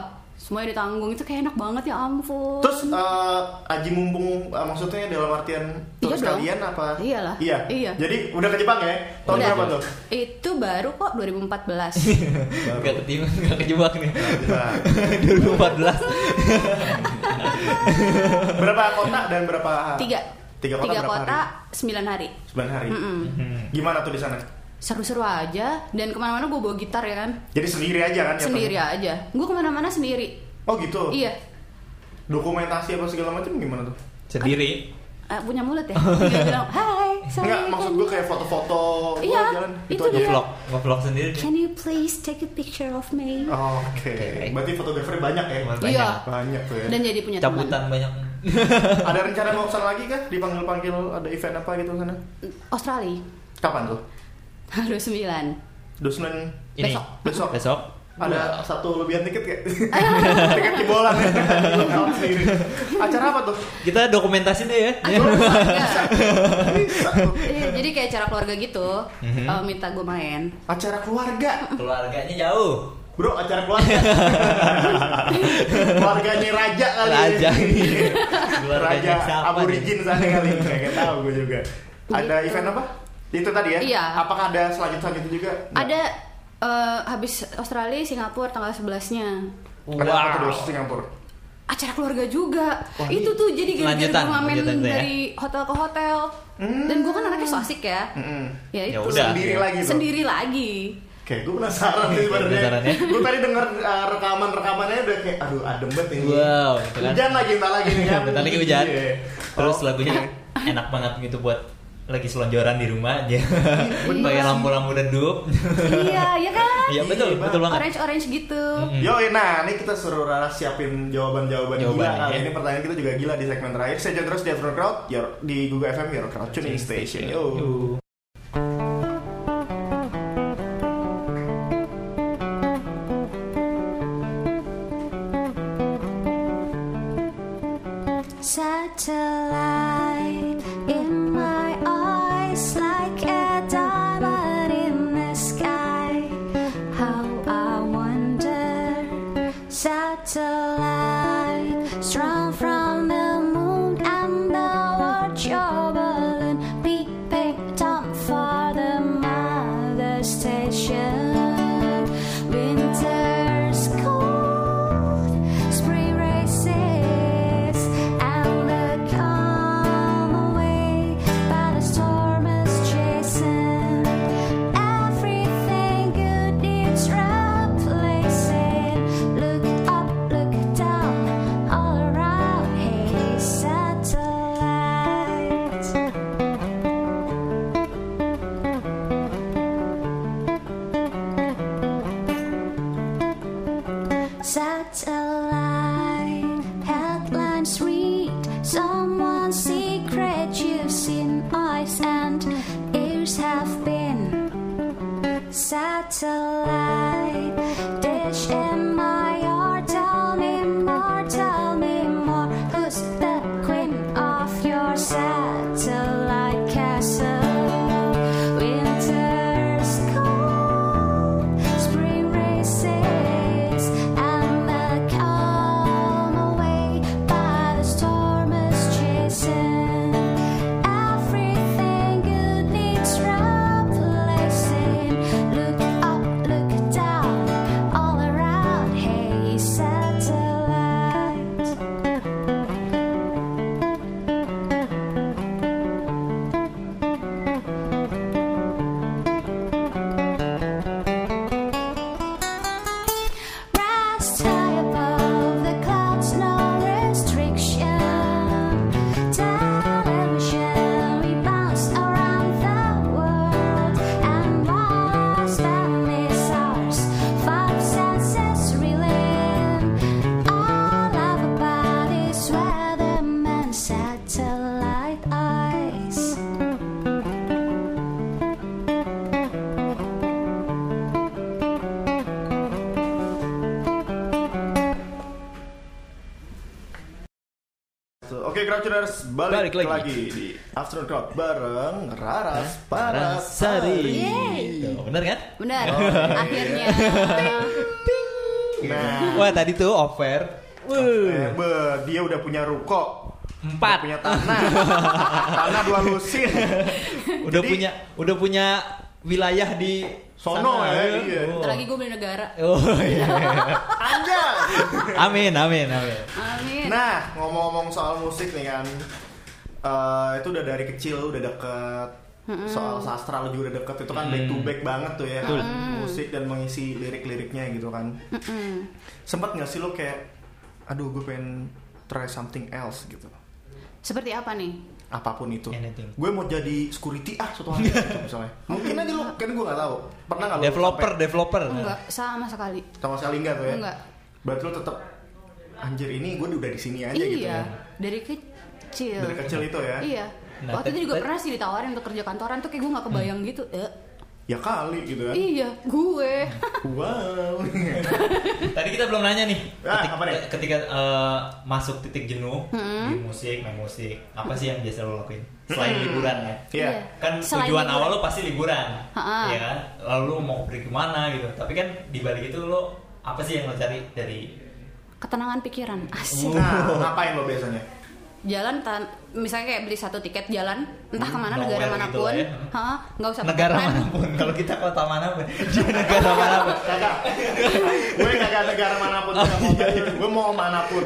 semuanya ditanggung itu kayak enak banget ya ampun. Terus eh, Aji mumpung eh, maksudnya dalam artian tour Iya dong. sekalian apa? Iyalah. Iya. Iya. Jadi udah ke Jepang ya? Tahun Udah. berapa tuh? Iya. Itu baru kok 2014. *laughs* nggak ketiba nggak kejebak *laughs* nih Nah, 2014 berapa kota dan berapa? Tiga. Tiga kota Tiga berapa kota, sembilan hari. 9 hari. Hmm. Mm-mm. Gimana tuh di sana? Seru-seru aja dan kemana-mana gue bawa gitar ya kan. Jadi sendiri aja kan? ya, sendiri Bang? aja. Gue kemana-mana sendiri. Oh gitu. Iya. Dokumentasi apa segala macam gimana tuh? sendiri Eh, punya mulut *laughs* ya. Dia bilang, "Hai, saya Enggak, maksud Daniel. gue kayak foto-foto gua kan. Iya, jalan itu aja. dia. ngevlog ngevlog sendiri Can you please take a picture of me? Oh, Oke. Berarti fotografer banyak ya? Banyak. Iya. Banyak tuh ya. Dan jadi punya Iya, teman. cabutan banyak Ada rencana mau kesana lagi kah? Dipanggil-panggil ada event apa gitu sana? Australia. *laughs* Kapan tuh? Tanggal 29. Dusnan ini Besok. besok. besok Ada satu lebihan *laughs* tiket kayak tiket jebolan ya. Kawan sendiri. Acara apa tuh? kita dokumentasi deh ya Iya. Acara *laughs* keluarga. Bisa tuh. Iya, jadi kayak acara keluarga gitu. Mhm. eh, minta gue main. Acara keluarga. keluarganya jauh Bro, acara keluarga. *laughs* Keluarganya raja kali. Raja. ya. raja Keluarganya siapa aborigin sana *laughs* kali. Enggak tahu gue juga. Ada Gitu. event apa? Itu tadi ya? Iya. Apakah ada selanjut-selanjutnya juga? Nggak. Ada eh, habis Australia, Singapura tanggal 11-nya. Ada apa Wow. terus Singapura? Acara keluarga juga. Wah, itu tuh jadi gara-gara lanjutan, gue ngamen lanjutan tuh ya. dari hotel ke hotel. Dan gue kan anaknya so asik ya. Mm-mm. Ya Ya itu. udah. Sendiri Iya. Hmm. lagi tuh. Sendiri lagi. Oke, gue penasaran sih sebenarnya. Penasaran ya? Gue tadi denger uh, rekaman-rekamannya udah kayak aduh adem banget ini. Wow, gitu kan. Hujan lagi entar lagi nih kan. *laughs* Bentar lagi hujan. Iya. Terus Oh, lagunya enak banget gitu buat lagi selonjoran di rumah aja. Pakai lampu-lampu redup. iya, ya kan? Iya Iya, betul, Iya, betul banget. Orange-orange gitu. Mm-mm. Yo, nah ini kita suruh Rara siapin jawaban-jawaban gila Jawabannya, kali ya. ini pertanyaan kita juga gila di segmen terakhir. Saya John terus di Afternoon Crowd, your- di Google FM Your Crowd Tuning Station. Yo. Satellite in my eyes, like a diamond in the sky. How I wonder. Satellite strong from the moon and the watch your balloon peeping down for the mother station. Winter's cold. Spring races and the calm away by the storm is chasing. Everything good needs replacing. Look up, look down, Satellite headlines read someone's secret you've seen eyes and ears have been satellite dish in my yard. Tell me more, tell me more. Who's the queen of your satellite castle? Winter's cold, spring races, and the calm away by the storm is chasing. Everything good needs replacing. Look up, look down, all around. Hey, satellite. Rest high above the clouds, no restriction. Television, we bounce around the world and watch family stars. Five senses reeling. All of our bodies, weathermen, satellite eyes. So, Oke, Crowdtuners, balik, Balik lagi. lagi. di Afternoon Crowd bareng Raras Parasari. Parasari. Tuh, Bener kan? Bener, iya. *laughs* akhirnya. Nah, Wah tadi tuh offer. eh, be, dia udah punya ruko, Empat. punya tanah, tanah dua lusin. Udah Jadi- punya udah punya wilayah di Sono sana. ya, iya. Oh. Bentar lagi gue beli negara. Oh, iya. *laughs* Anjay. amin amin amin. Amin. Nah, ngomong-ngomong soal musik nih kan, eh, itu udah dari kecil udah deket. Soal sastra lu juga udah deket itu kan back to back banget tuh ya, musik dan mengisi lirik-liriknya gitu kan. Sempet nggak sih lo kayak, aduh gue pengen try something else gitu, Seperti apa nih? apapun itu. Anything. Gue mau jadi security ah suatu hari gitu *laughs* misalnya. Mungkin aja lo, kan gue nggak tahu. Pernah nggak lo Developer developer. Enggak, sama sekali. sampai- sama sekali enggak tuh ya? Enggak. Berarti lo tetap anjir ini gue udah di sini aja gitu Iya, ya. dari kecil. Dari kecil itu ya. Iya. Nah, Waktu tapi- itu juga tapi- Hmm. pernah sih ditawarin untuk kerja kantoran tuh kayak gue gak kebayang gitu. Eh, Ya kali gitu kan. iya, gue. *laughs* Wow. Iya. Tadi kita belum nanya nih. Ah, Ketik- apa nih? Ketika eh, masuk titik jenuh Hmm. di musik, main musik, apa sih yang biasa lo lakuin? Hmm. Selain liburan ya. Iya. Kan Selain tujuan liburan. awal lo pasti liburan. Ha-ha. Ya kan? Lalu lo mau pergi kemana gitu. Tapi kan di balik itu lo apa sih yang lo cari dari Ketenangan pikiran, Hmm. asik. Nah, ngapain lo biasanya? Jalan, tan- misalnya kayak beli satu tiket jalan, entah Hmm, kemana nowhere negara gitu manapun, lah ya. Hah, nggak usah negara pakai plan. manapun kalau kita kota manapun *laughs* dia negara manapun Kagak. gue kagak negara manapun gak mau belajar. Gue mau *laughs* manapun.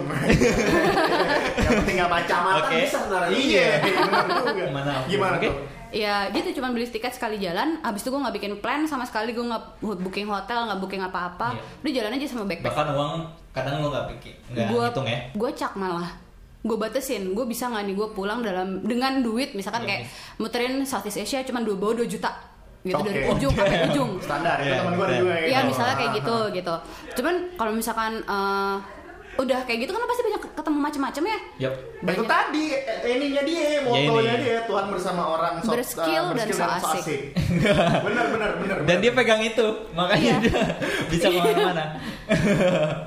Yang penting gak baca mata Oke. bisa sebenarnya. Iya. bener juga. Manapun, Gimana oke. tuh? Ya gitu cuman beli tiket sekali jalan Habis itu gue gak bikin plan sama sekali Gue gak booking hotel, gak booking apa-apa Iya. Udah jalan aja sama backpack bahkan uang kadang lo nggak pikir nggak Gua- hitung ya Gue cak malah Gue batesin, gue bisa nggak nih gue pulang dalam dengan duit Misalkan Iya, kayak muterin Southeast Asia cuman dua bawa 2 juta Gitu dari Oke. ujung *laughs* sampai ujung Standar. Iya, Yeah, temen gue ada bener. juga. kayak Iya gitu. misalnya kayak gitu gitu Cuman kalau misalkan eh, udah kayak gitu kan pasti banyak ketemu macam-macam ya Yup. Nah, Itu tadi eh, ininya dia, motonya Iya, ini. dia Tuhan bersama orang sok- Berskill eh, dan so asik. *laughs* bener bener bener. dan dia pegang itu makanya Iya. dia *laughs* bisa kemana-mana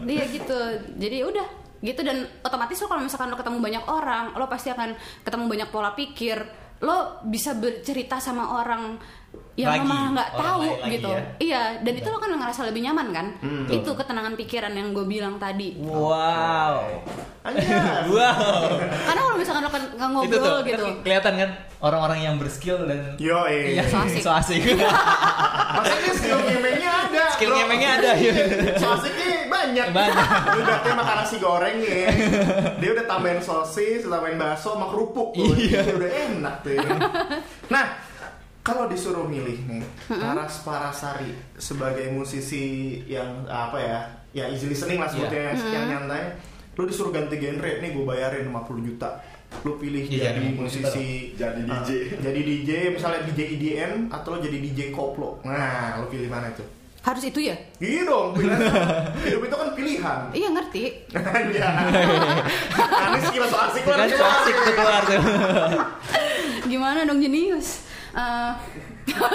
Iya gitu. Jadi udah gitu dan otomatis lo kalau misalkan lo ketemu banyak orang, lo pasti akan ketemu banyak pola pikir. Lo bisa bercerita sama orang yang Lagi, memang nggak orang tahu lain lagi gitu. ya. Hmm, Iya, dan itu lo kan ngerasa lebih nyaman kan? Itu ketenangan pikiran yang gue bilang tadi. Iya. wow Anjir. wow Karena kalau misalkan lo kan nggak itu tuh ngobrol kan gitu. kelihatan kan orang-orang yang berskill dan Yo, Iya, So asik. so *laughs* asik. Maksudnya skill ngemengnya ada. Skill bro. ngemengnya ada, iya. *laughs* Sosiknya banyak. Banyak. Lu *laughs* udah kayak makan nasi goreng ya. Dia udah tambahin sosis, tambahin bakso sama kerupuk tuh. Iya. Itu udah enak tuh. *laughs* ya. Nah, kalau disuruh milih nih, Taras Parasari sebagai musisi yang apa ya? Ya easy listening Iya. lah sebutnya yang nyantai. Lu disuruh ganti genre, nih gue bayarin 50 juta. Lu pilih Iya, jadi jangan 50 juta musisi Jadi Ah, DJ. E jadi DJ misalnya DJ IDM atau lo jadi DJ koplo nah lo pilih mana tuh harus itu ya Iya dong, pilihan. hidup itu kan pilihan. iya ngerti *laughs* Iya. Anies gila so asik lah. Kan toxic tuh keluar tuh. Iya. gimana dong jenius Eh,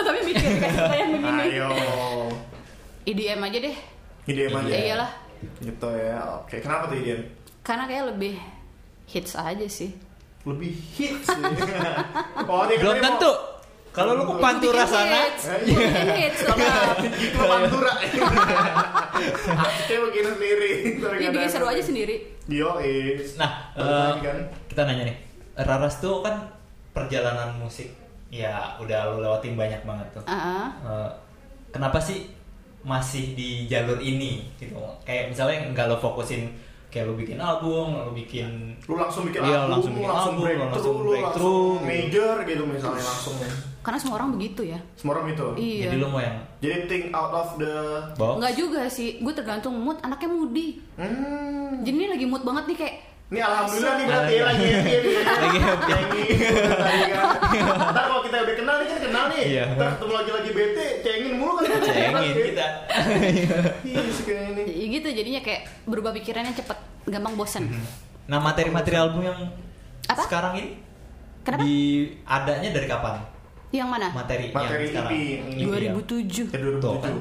*laughs* tapi mikir kayak cerita yang begini Ayo. IDM aja deh IDM aja. ya iyalah Gitu ya. Oke, kenapa tuh IDM? karena kayak lebih hits aja sih Lebih *laughs* hits. oh, dia katanya mau- Eh, Belum iya. tentu. Kalau lu ke Pantura Bikin sana, hits, bikin hits tetap. Itu pantura. Asiknya begini sendiri. jadi Iya, seru aja sendiri Yo, Nah, Balik eh, lagi kan? kita nanya nih. Raras tuh kan perjalanan musik ya udah lu lewatin banyak banget tuh. Heeh. Eh, kenapa sih masih di jalur ini gitu? Kayak misalnya nggak lo fokusin kayak lo bikin album, lo bikin lu langsung bikin Iya, album, langsung lu bikin langsung album, breakthrough, langsung lu langsung breakthrough, gitu. major gitu misalnya langsung. karena semua orang begitu ya Semua orang itu. iya jadi lo mau yang Jadi think out of the box. nggak juga sih gue tergantung mood anaknya moody Hmm. jadi ini lagi mood banget nih kayak Ini alhamdulillah nih berarti ya, lagi happy nih. *laughs* Lagi happy. Cengin, tadi kan. Ntar kalau kita udah kenal nih kita kenal nih. Iya. Ntar ketemu lagi lagi bete, cengin mulu kan. Cengin kita. Iya, sih kayaknya ini. ya gitu jadinya kayak berubah pikirannya cepet gampang bosen Nah materi-materi album yang Apa? sekarang ini Kenapa? Nah. di adanya dari kapan? yang mana Materi, Materi yang sekarang. EP. ya. 2007 Ya Tuh kan.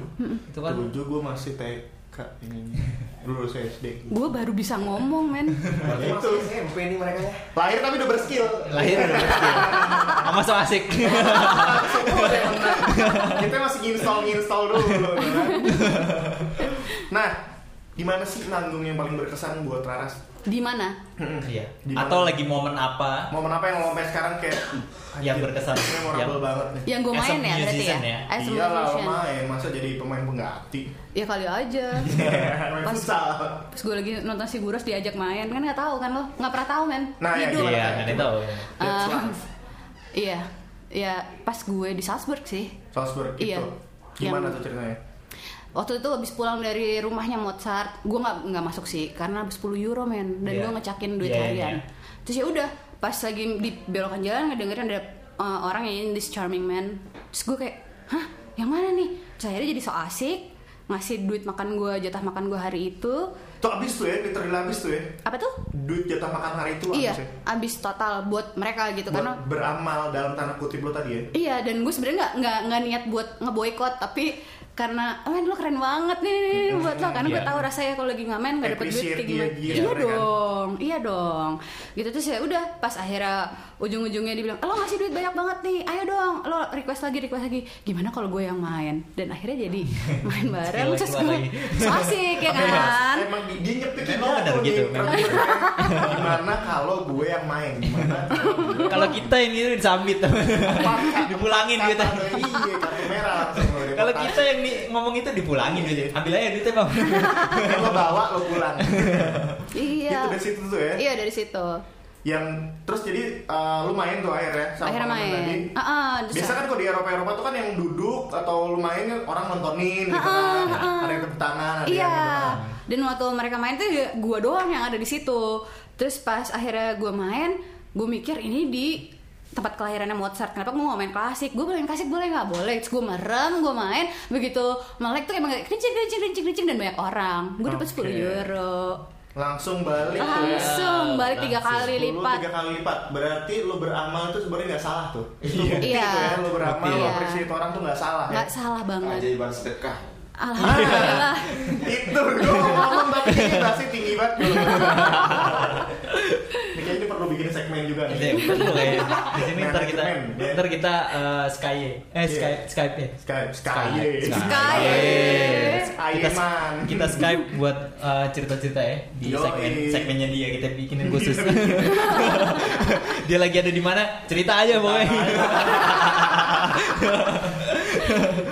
2007. Itu kan. 2007 gue masih TK ini. *laughs* Lulus SD. gue baru bisa ngomong men Itu SMP nih mereka ya. Lahir tapi udah berskill. Lahir udah *laughs* berarti. Sama so asik. *laughs* Kita masih install install dulu. *laughs* kan? Nah, gimana sih manggung yang paling berkesan buat Raras? di mana Iya. Gimana? Atau lagi momen apa? Momen apa yang lo sampai sekarang kayak *clears throat* Yang anjir, berkesan. ini memorable Yang- banget nih. yang gue As a main ya berarti ya musician ya? as a Iya lah lo musician. main, masa jadi pemain *laughs* pengganti ya kali aja Iya. Main Pas- Eh, futsal pas gue lagi nonton si Guros diajak main kan nggak tahu kan lo nggak pernah tahu men Nah, ya, hidup gimana? Iya, nggak ada yang tahu. That's Eh, life. iya ya pas gue di Salzburg sih *laughs* Salzburg Iya. gitu Gimana Yang- tuh ceritanya? waktu itu habis pulang dari rumahnya Mozart gue nggak nggak masuk sih karena habis 10 euro men dan Iya. gue ngecakin duit Iya, iya, harian iya. terus ya udah pas lagi di belokan jalan ngedengerin ada uh, orang yang nyanyi this charming man terus gue kayak hah yang mana nih terus akhirnya jadi so asik ngasih duit makan gue jatah makan gue hari itu Tuh abis tuh ya, literally abis tuh ya apa tuh Duit jatah makan hari itu iya abis ya abis total buat mereka gitu Buat karena beramal dalam tanda kutip lo tadi ya Iya, dan gue sebenarnya nggak nggak nggak niat buat ngeboikot, tapi karena "Ah, men lo keren banget nih buat lo karena gue Iya. tahu rasanya kalau lagi ngamen nggak dapet duit Appreciate kayak gimana. dia, dia, iya keren kan? dong, iya dong. Gitu terus ya udah pas akhirnya ujung-ujungnya dibilang lo ngasih duit banyak banget nih, ayo dong lo request lagi request lagi. Gimana kalau gue yang main? Dan akhirnya *laughs* jadi main bareng Skill terus keluar gue lagi. *laughs* so asik ya Apa ya? kan. Emang di- dia nyepik Emang bener tuh gitu, nih. memang. *laughs* Gimana kalau gue yang main? Gimana kalau gue- *laughs* Kalau kita yang ini disambit. *laughs* dipulangin gitu. Kata- Iya, kartu merah langsung lo deportasi. *laughs* Kalau kita yang di, ngomong itu dipulangin duitnya. Ambil aja duitnya, Bang. Yang lo bawa lo *laughs* pulang Gitu Iya. Itu dari situ tuh ya Iya dari situ. Yang terus jadi eh, lu main tuh akhirnya sama Akhirnya temen main. tadi. Ah, ah, terus Biasa ya. kan kalau di Eropa Eropa tuh kan yang duduk atau lu main kan orang nontonin gitu kan. Ada yang tepuk tangan, ada yang Iya. gitu kan. Dan waktu mereka main tuh ya gua doang yang ada di situ. Terus pas akhirnya gua main, gua mikir ini di tempat kelahirannya Mozart. Kenapa gua nggak main klasik? Gua boleh main klasik boleh nggak boleh? Terus gua merem, gua main. Begitu melek tuh emang kayak kerincing kerincing kerincing kerincing dan banyak orang. Gua dapat Oke. 10 euro. Langsung balik tuh ya. Langsung balik tiga kali Sepuluh, lipat. tiga kali lipat berarti lo beramal tuh sebenarnya nggak salah tuh itu Iya. bukti tuh ya lo beramal Bukti. lo Iya. appreciate orang tuh nggak salah ya Nggak salah banget. Ajaiban sedekah. Alhamdulillah. *laughs* itu gue ngomong tapi ini gitu pasti tinggi banget ini kayaknya perlu bikin segmen juga Iya, nih betul kayaknya. Di sini ntar kita Manajemen, ya. ntar kita eh, Sky eh Sky Iya. Skype ya. Skype Skype Sky. E, Kita, Ayeman. kita Skype buat eh, cerita-cerita ya di Yoi. Iya, segmen segmennya dia kita bikinin *laughs* khusus. dia lagi ada di mana? Cerita aja *laughs* pokoknya.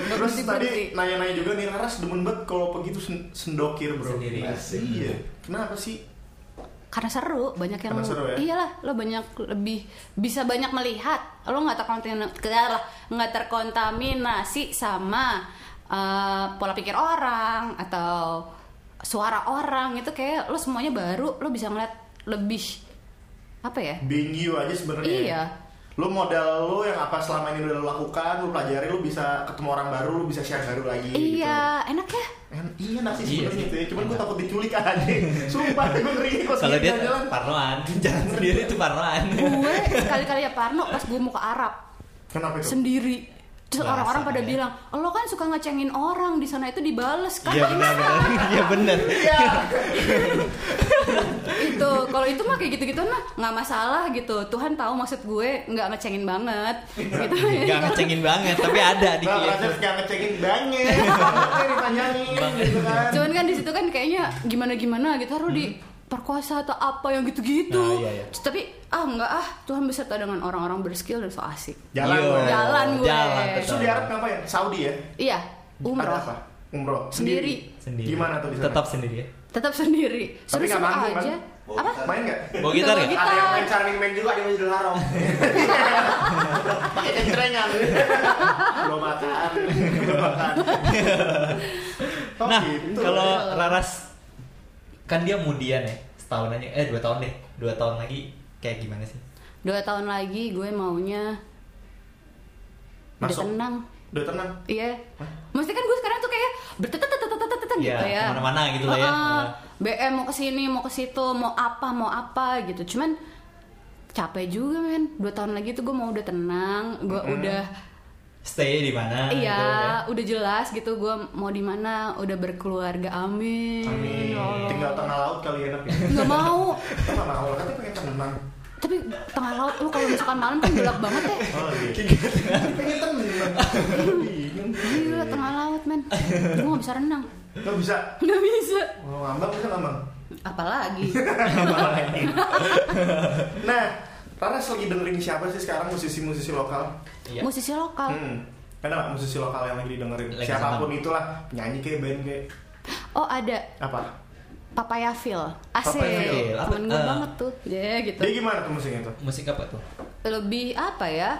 Terus Berhenti. tadi nanya-nanya juga nih Laras demen banget kalau begitu sen- sendokir bro Sendiri. Asik. Iya Kenapa sih? karena seru banyak yang Karena seru ya? iyalah lo banyak lebih bisa banyak melihat lo nggak terkontaminasi nggak terkontaminasi sama eh, pola pikir orang atau suara orang itu kayak lo semuanya baru lo bisa ngeliat lebih apa ya Being you aja sebenarnya Iya. lu modal lu yang apa selama ini udah lu lakukan lu pelajari lu bisa ketemu orang baru lu bisa share baru lagi gitu. Iya, enak ya? En- iya nasi Iya sebenarnya sih. gitu ya cuman gue takut diculik aja sumpah gue ngeri kalau Kalau sendiri dia jalan parnoan, jalan sendiri itu *laughs* parnoan. Gue sekali-kali ya Parno pas gue mau ke Arab kenapa itu sendiri. Terus Bahasa orang-orang pada ya. bilang, "Lo kan suka ngecengin orang di sana itu dibales kan?" Iya benar *laughs* benar. Iya benar. iya itu kalau itu mah kayak gitu-gitu mah nggak masalah gitu Tuhan tahu maksud gue nggak ngecengin banget gitu Iya. Gak ngecengin banget, tapi ada di Nah, Kiev. Rajas gak ngecekin *laughs* banyak Makanya ditanyain gitu kan cuman kan di situ kan kayaknya gimana gimana gitu harus Hmm. diperkuasa atau apa yang gitu-gitu Nah, iya, iya. Terus tapi ah nggak ah Tuhan beserta dengan orang-orang berskill dan so asik Jalan Yo. gue. Jalan gue. Jalan, Terus lu tetap. di Arab ngapain? Saudi ya? iya Ada umroh apa? Umroh Sendiri. Sendiri. Gimana tuh di sana? Tetap sendiri ya. tetap sendiri Tapi seru-seru nggak manggung, aja kan? apa Main gak? Bawa gitar Bawa ya? gitar. Ada yang main charming man juga di Masjidil *laughs* Haram. Pakai centrengan Belum makan Belum makan Oh, Nah, gitu. kalau Raras kan dia mudian ya, setahun aja, eh dua tahun deh, dua tahun lagi kayak gimana sih? dua tahun lagi gue maunya udah Masuk. tenang Udah tenang Iya. Maksudnya kan gue sekarang tuh kayak bertetetetetetetetet Iya, gitu ya. kemana-mana gitu lah ya. Heeh. BM mau ke sini, mau ke situ, mau apa, mau apa gitu. Cuman capek juga men. Dua tahun lagi tuh gue mau udah tenang, gue udah Stay di mana? iya, gitu ya. udah jelas gitu gue mau di mana, udah berkeluarga, amin. Amin. Ya Allah. Tinggal tengah laut kali enak ya Nggak mau. Tengah laut, katanya pengen tenang Tapi tengah laut lu kalau misalkan malam kan gelap banget ya. Oh iya Pengen tenang Bingung. Gila Iya, tengah laut men. Gue gak bisa renang. Gak bisa Gak bisa. Mau ngambang bisa ngambang Apalagi. Nah, Raras lagi dengerin siapa sih sekarang musisi-musisi lokal? Iya. Musisi lokal. Hmm. Ada nggak musisi lokal yang lagi didengerin? Lagi Siapapun itulah, penyanyi kayak band kayak Oh ada apa? Papaya Phil Asik Papaya Phil. Apa- Temen gue eh. banget tuh Ya gitu Dia gimana tuh musiknya tuh? Musik apa tuh? Lebih apa ya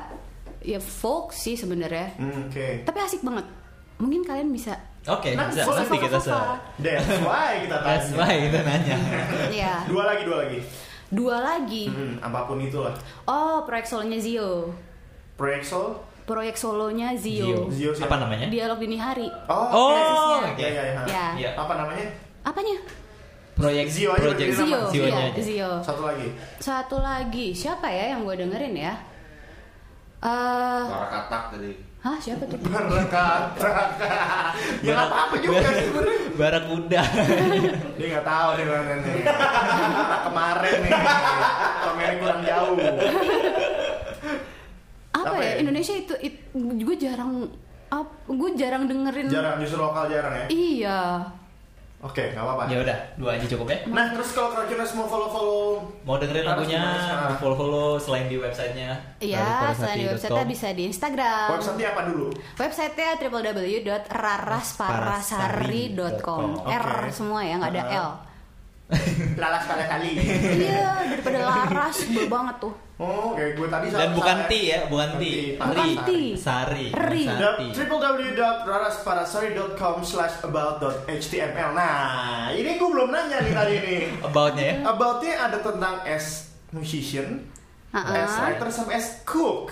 Ya folk sih sebenarnya Hmm, Oke. Tapi asik banget Mungkin kalian bisa Oke, Nah, bisa so- nanti so- kita so- se. *laughs* That's why kita tanya. That's why kita nanya. Ya Iya. Dua lagi, dua lagi. Dua lagi Hmm, apapun itulah. Oh proyek solonya Zio Proyekso, Proyek solonya Zio, Zio siapa? Apa namanya? Dialog Dini Hari Oh, Oh, Krisisnya. Iya, iya, iya. Ya Iya. Apa namanya? Apanya? Proyek Zio aja Project berarti Zio nama. Iya Zio-nya aja. Zio Satu lagi. Satu lagi Siapa ya yang gue dengerin ya Eh, Suara katak tadi. Hah siapa tuh? Berkata. ya nggak apa-apa juga sebenarnya. Barakuda. Dia nggak tahu deh mana nih. Anak kemarin nih. Kemarin kurang jauh. apa Apa ya ya? Indonesia itu, it- gue jarang ap- gue jarang dengerin Jarang justru lokal jarang ya. iya Oke, nggak apa-apa. ya udah, dua aja cukup ya. Nah, terus kalau keracunan mau follow-follow Mau dengerin Harus lagunya, gimana? follow follow selain di websitenya. iya selain di website bisa di Instagram website apa dulu? websitenya www.rarasparasari.com Oke. R semua ya nggak ada Uh-huh. L Lalas pada kali. iya daripada laras gue banget tuh Oh, kayak gue tadi Dan bukan T ya, bukan T. Bukan T. Ri. Sari. Ri. Sari. www.rarasparasari.com slash about.html Nah, ini gue belum nanya nih tadi nih About-nya ya. About-nya ada tentang as musician, Ha-ha. as writer, sama as *laughs* cook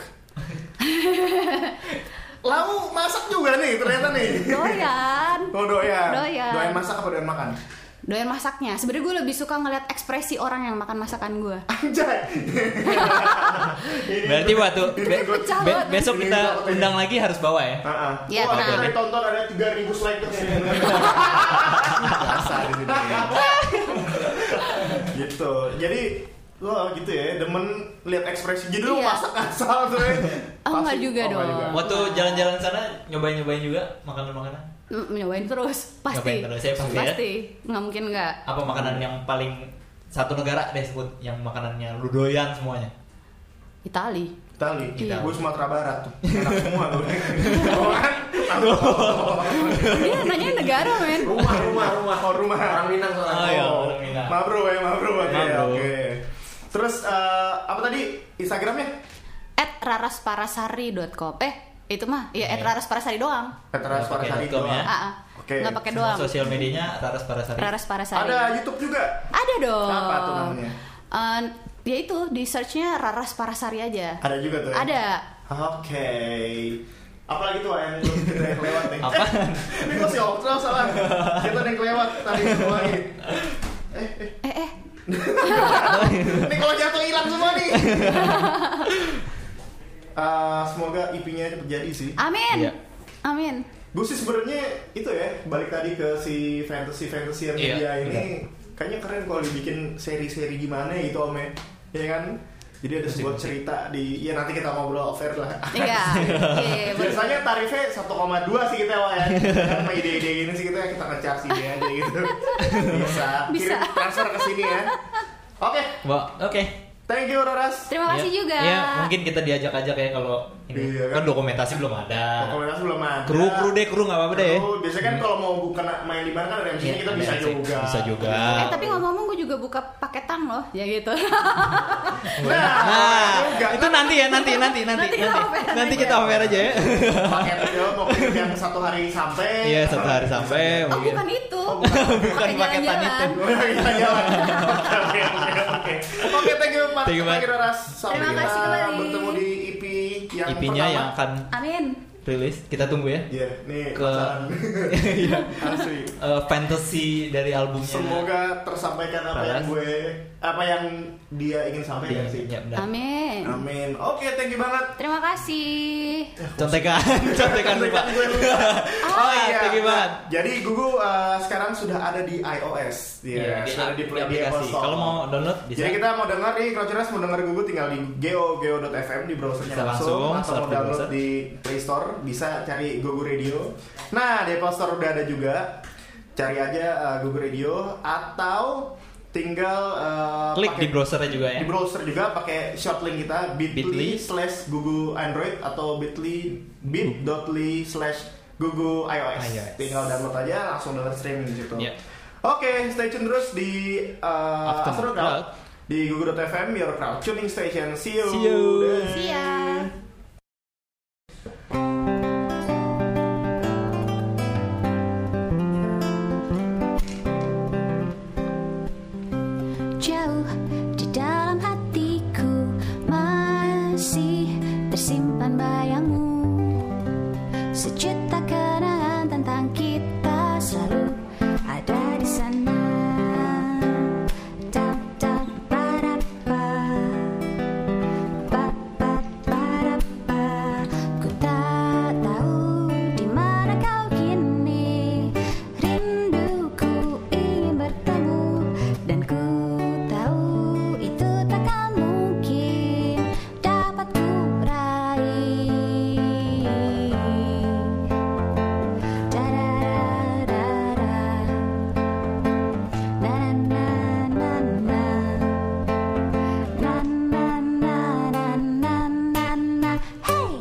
Lalu masak juga nih ternyata nih *laughs* doyan Oh doyan. Doyan. Doyan masak apa doyan makan? doyan masaknya sebenarnya gue lebih suka ngeliat ekspresi orang yang makan masakan gue Anjay. *laughs* Ini Berarti waktu be- gue- Pecah be- banget. besok Ini kita gue potongin. undang lagi harus bawa ya. Ah, ah. Ya, Wah, tenang. boleh tonton ada 3000 slide terus ya. Rasa di sini. gitu. Jadi lo gitu ya, demen lihat ekspresi. Jadi lo Iya. masak asal tuh. ya. Oh, Pasti- enggak juga enggak dong. Waktu jalan-jalan sana nyobain-nyobain juga makanan-makanan. Mm, nyobain terus pasti Nyobain terus ya, pasti ya. pasti nggak mungkin nggak Apa makanan yang paling satu negara deh sebut yang makanannya lu doyan semuanya. Itali Itali, Iya. gue Sumatera Barat tuh. Enak semua gue. dia Iya, nanya negara men Rumah, rumah, rumah. Oh, rumah. Orang Minang soalnya. Oh, iya, Oh, orang Minang. Mabro ya, mabro. Oke, Mabro. oke. Terus eh, apa tadi Instagramnya? at rarasparasari.com eh itu mah ya at Iya. rarasparasari doang Petra Nggak pakai Sparasari dot com doang. ya. ah ah. Oke. nggak pakai Semua doang sosial medianya Raras Parasari. Raras Parasari Ada YouTube juga. Ada dong Apa tuh namanya? Eh, ya itu di searchnya Raras Parasari aja. Ada juga tuh. ya? Ada. Oke. Apalagi tuh yang belum kita yang lewat nih. Apa? *laughs* Ini kok si Optra salah. Kita ada yang lewat tadi semua ini. Eh, eh. Eh eh Ini kalau jatuh hilang semua nih. Eh, semoga IP-nya cepet jadi sih. amin. Iya. Amin. Gue sih sebenarnya itu ya balik tadi ke si fantasy fantasy yang Iya, dia ini kayaknya keren kalau dibikin seri-seri gimana gitu om ya, ya kan? Jadi ada sebuah cerita di ya nanti kita ngobrol off air lah. *laughs* Iya. Iya, bener. Biasanya tarifnya 1,2 sih kita Wak, *laughs* ya. Sama ide-ide gini sih kita kita ngecas sini aja gitu. Bisa. Bisa. Kirim transfer ke sini ya. Oke, Wah, oke. thank you Roras. Terima kasih Iya. Ya, juga. Eh, Ya, mungkin kita diajak-ajak ya kalau ini. Iya, kan kan? dokumentasi belum ada. Rekomendasi belum ada. Nah. Kru kru deh kru nggak apa-apa deh. Hmm. Kru, biasanya kan kalau mau kena main di mana kan ada MC-nya kita Iya, bisa ada sih. juga. Bisa juga. Eh tapi ngomong-ngomong gue juga buka paketan loh, ya *laughs* gitu. Iya. Nah, Nah, juga. itu nanti ya, nanti nanti nanti Nanti kita nanti. oper Nanti aja. kita oper aja ya. paket dia mau kirim yang satu hari sampai. Iya, *laughs* satu hari sampai Oh mungkin. bukan itu. Bukan paketan jalan-jalan. itu. Kita jalan. Iya, Oke, oke, oke. Oke, thank you, Pak. Thank you, Pak. Roras. Sampai Terima kasih kita kembali. bertemu di EP yang IP-nya pertama. E yang akan Amin. rilis. Kita tunggu ya. Iya, nih Ke- pacaran. *laughs* Iya. Asli. Eh, fantasy dari albumnya. Semoga tersampaikan apa yang Balas. gue apa yang dia ingin Iya, sampaikan sih. iya, benar. Amin. Amin. Oke, thank you banget. Terima kasih. Contekan, *laughs* contekan lupa. Contekan gue lupa. *laughs* Oh iya, tinggi banget. Ah, nah, Jadi Gugu eh, sekarang sudah ada di iOS. Iya, Iya, di sudah di, app- Play- di di Apple aplikasi. Store. Kalau mau download bisa. Jadi kita mau denger nih, Crouchers mau denger Gugu tinggal di geo geo.fm di browsernya Bisa langsung, langsung, atau search mau di download browser. di Play Store bisa cari Gugu Radio. Nah di Apple Store udah ada juga, cari aja eh, Gugu Radio atau tinggal eh, Klik pakai- di browsernya juga ya. di browser juga pakai short link kita bit.ly Bit.ly. slash gugu android atau bit.ly bit.ly slash gugu iOS. iOS. Tinggal download aja langsung download streaming di situ. Iya. Oke, stay tune terus di uh, After Astro Crowd. Crowd di gugu.fm your crowd tuning station. See you. See you. Dadah. See ya. Jauh di dalam hatiku masih tersimpan bayangmu Sejuta kenangan tentang kita selalu ada di sana Da, da, ba, da, ba. Ba, ba, ba, da, ba. Ku tak tahu di mana kau kini Rinduku ingin bertemu Dan ku tahu itu takkan mungkin Dapat ku raih Da da da da da na na na na na na na na na na hey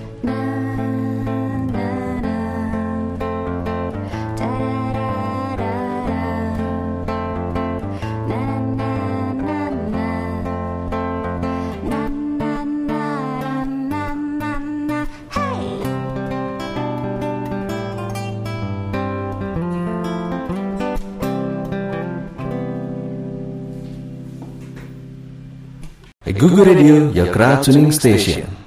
na na na da da da da na na na na na na na na na hey Google Radio, your crowd tuning station.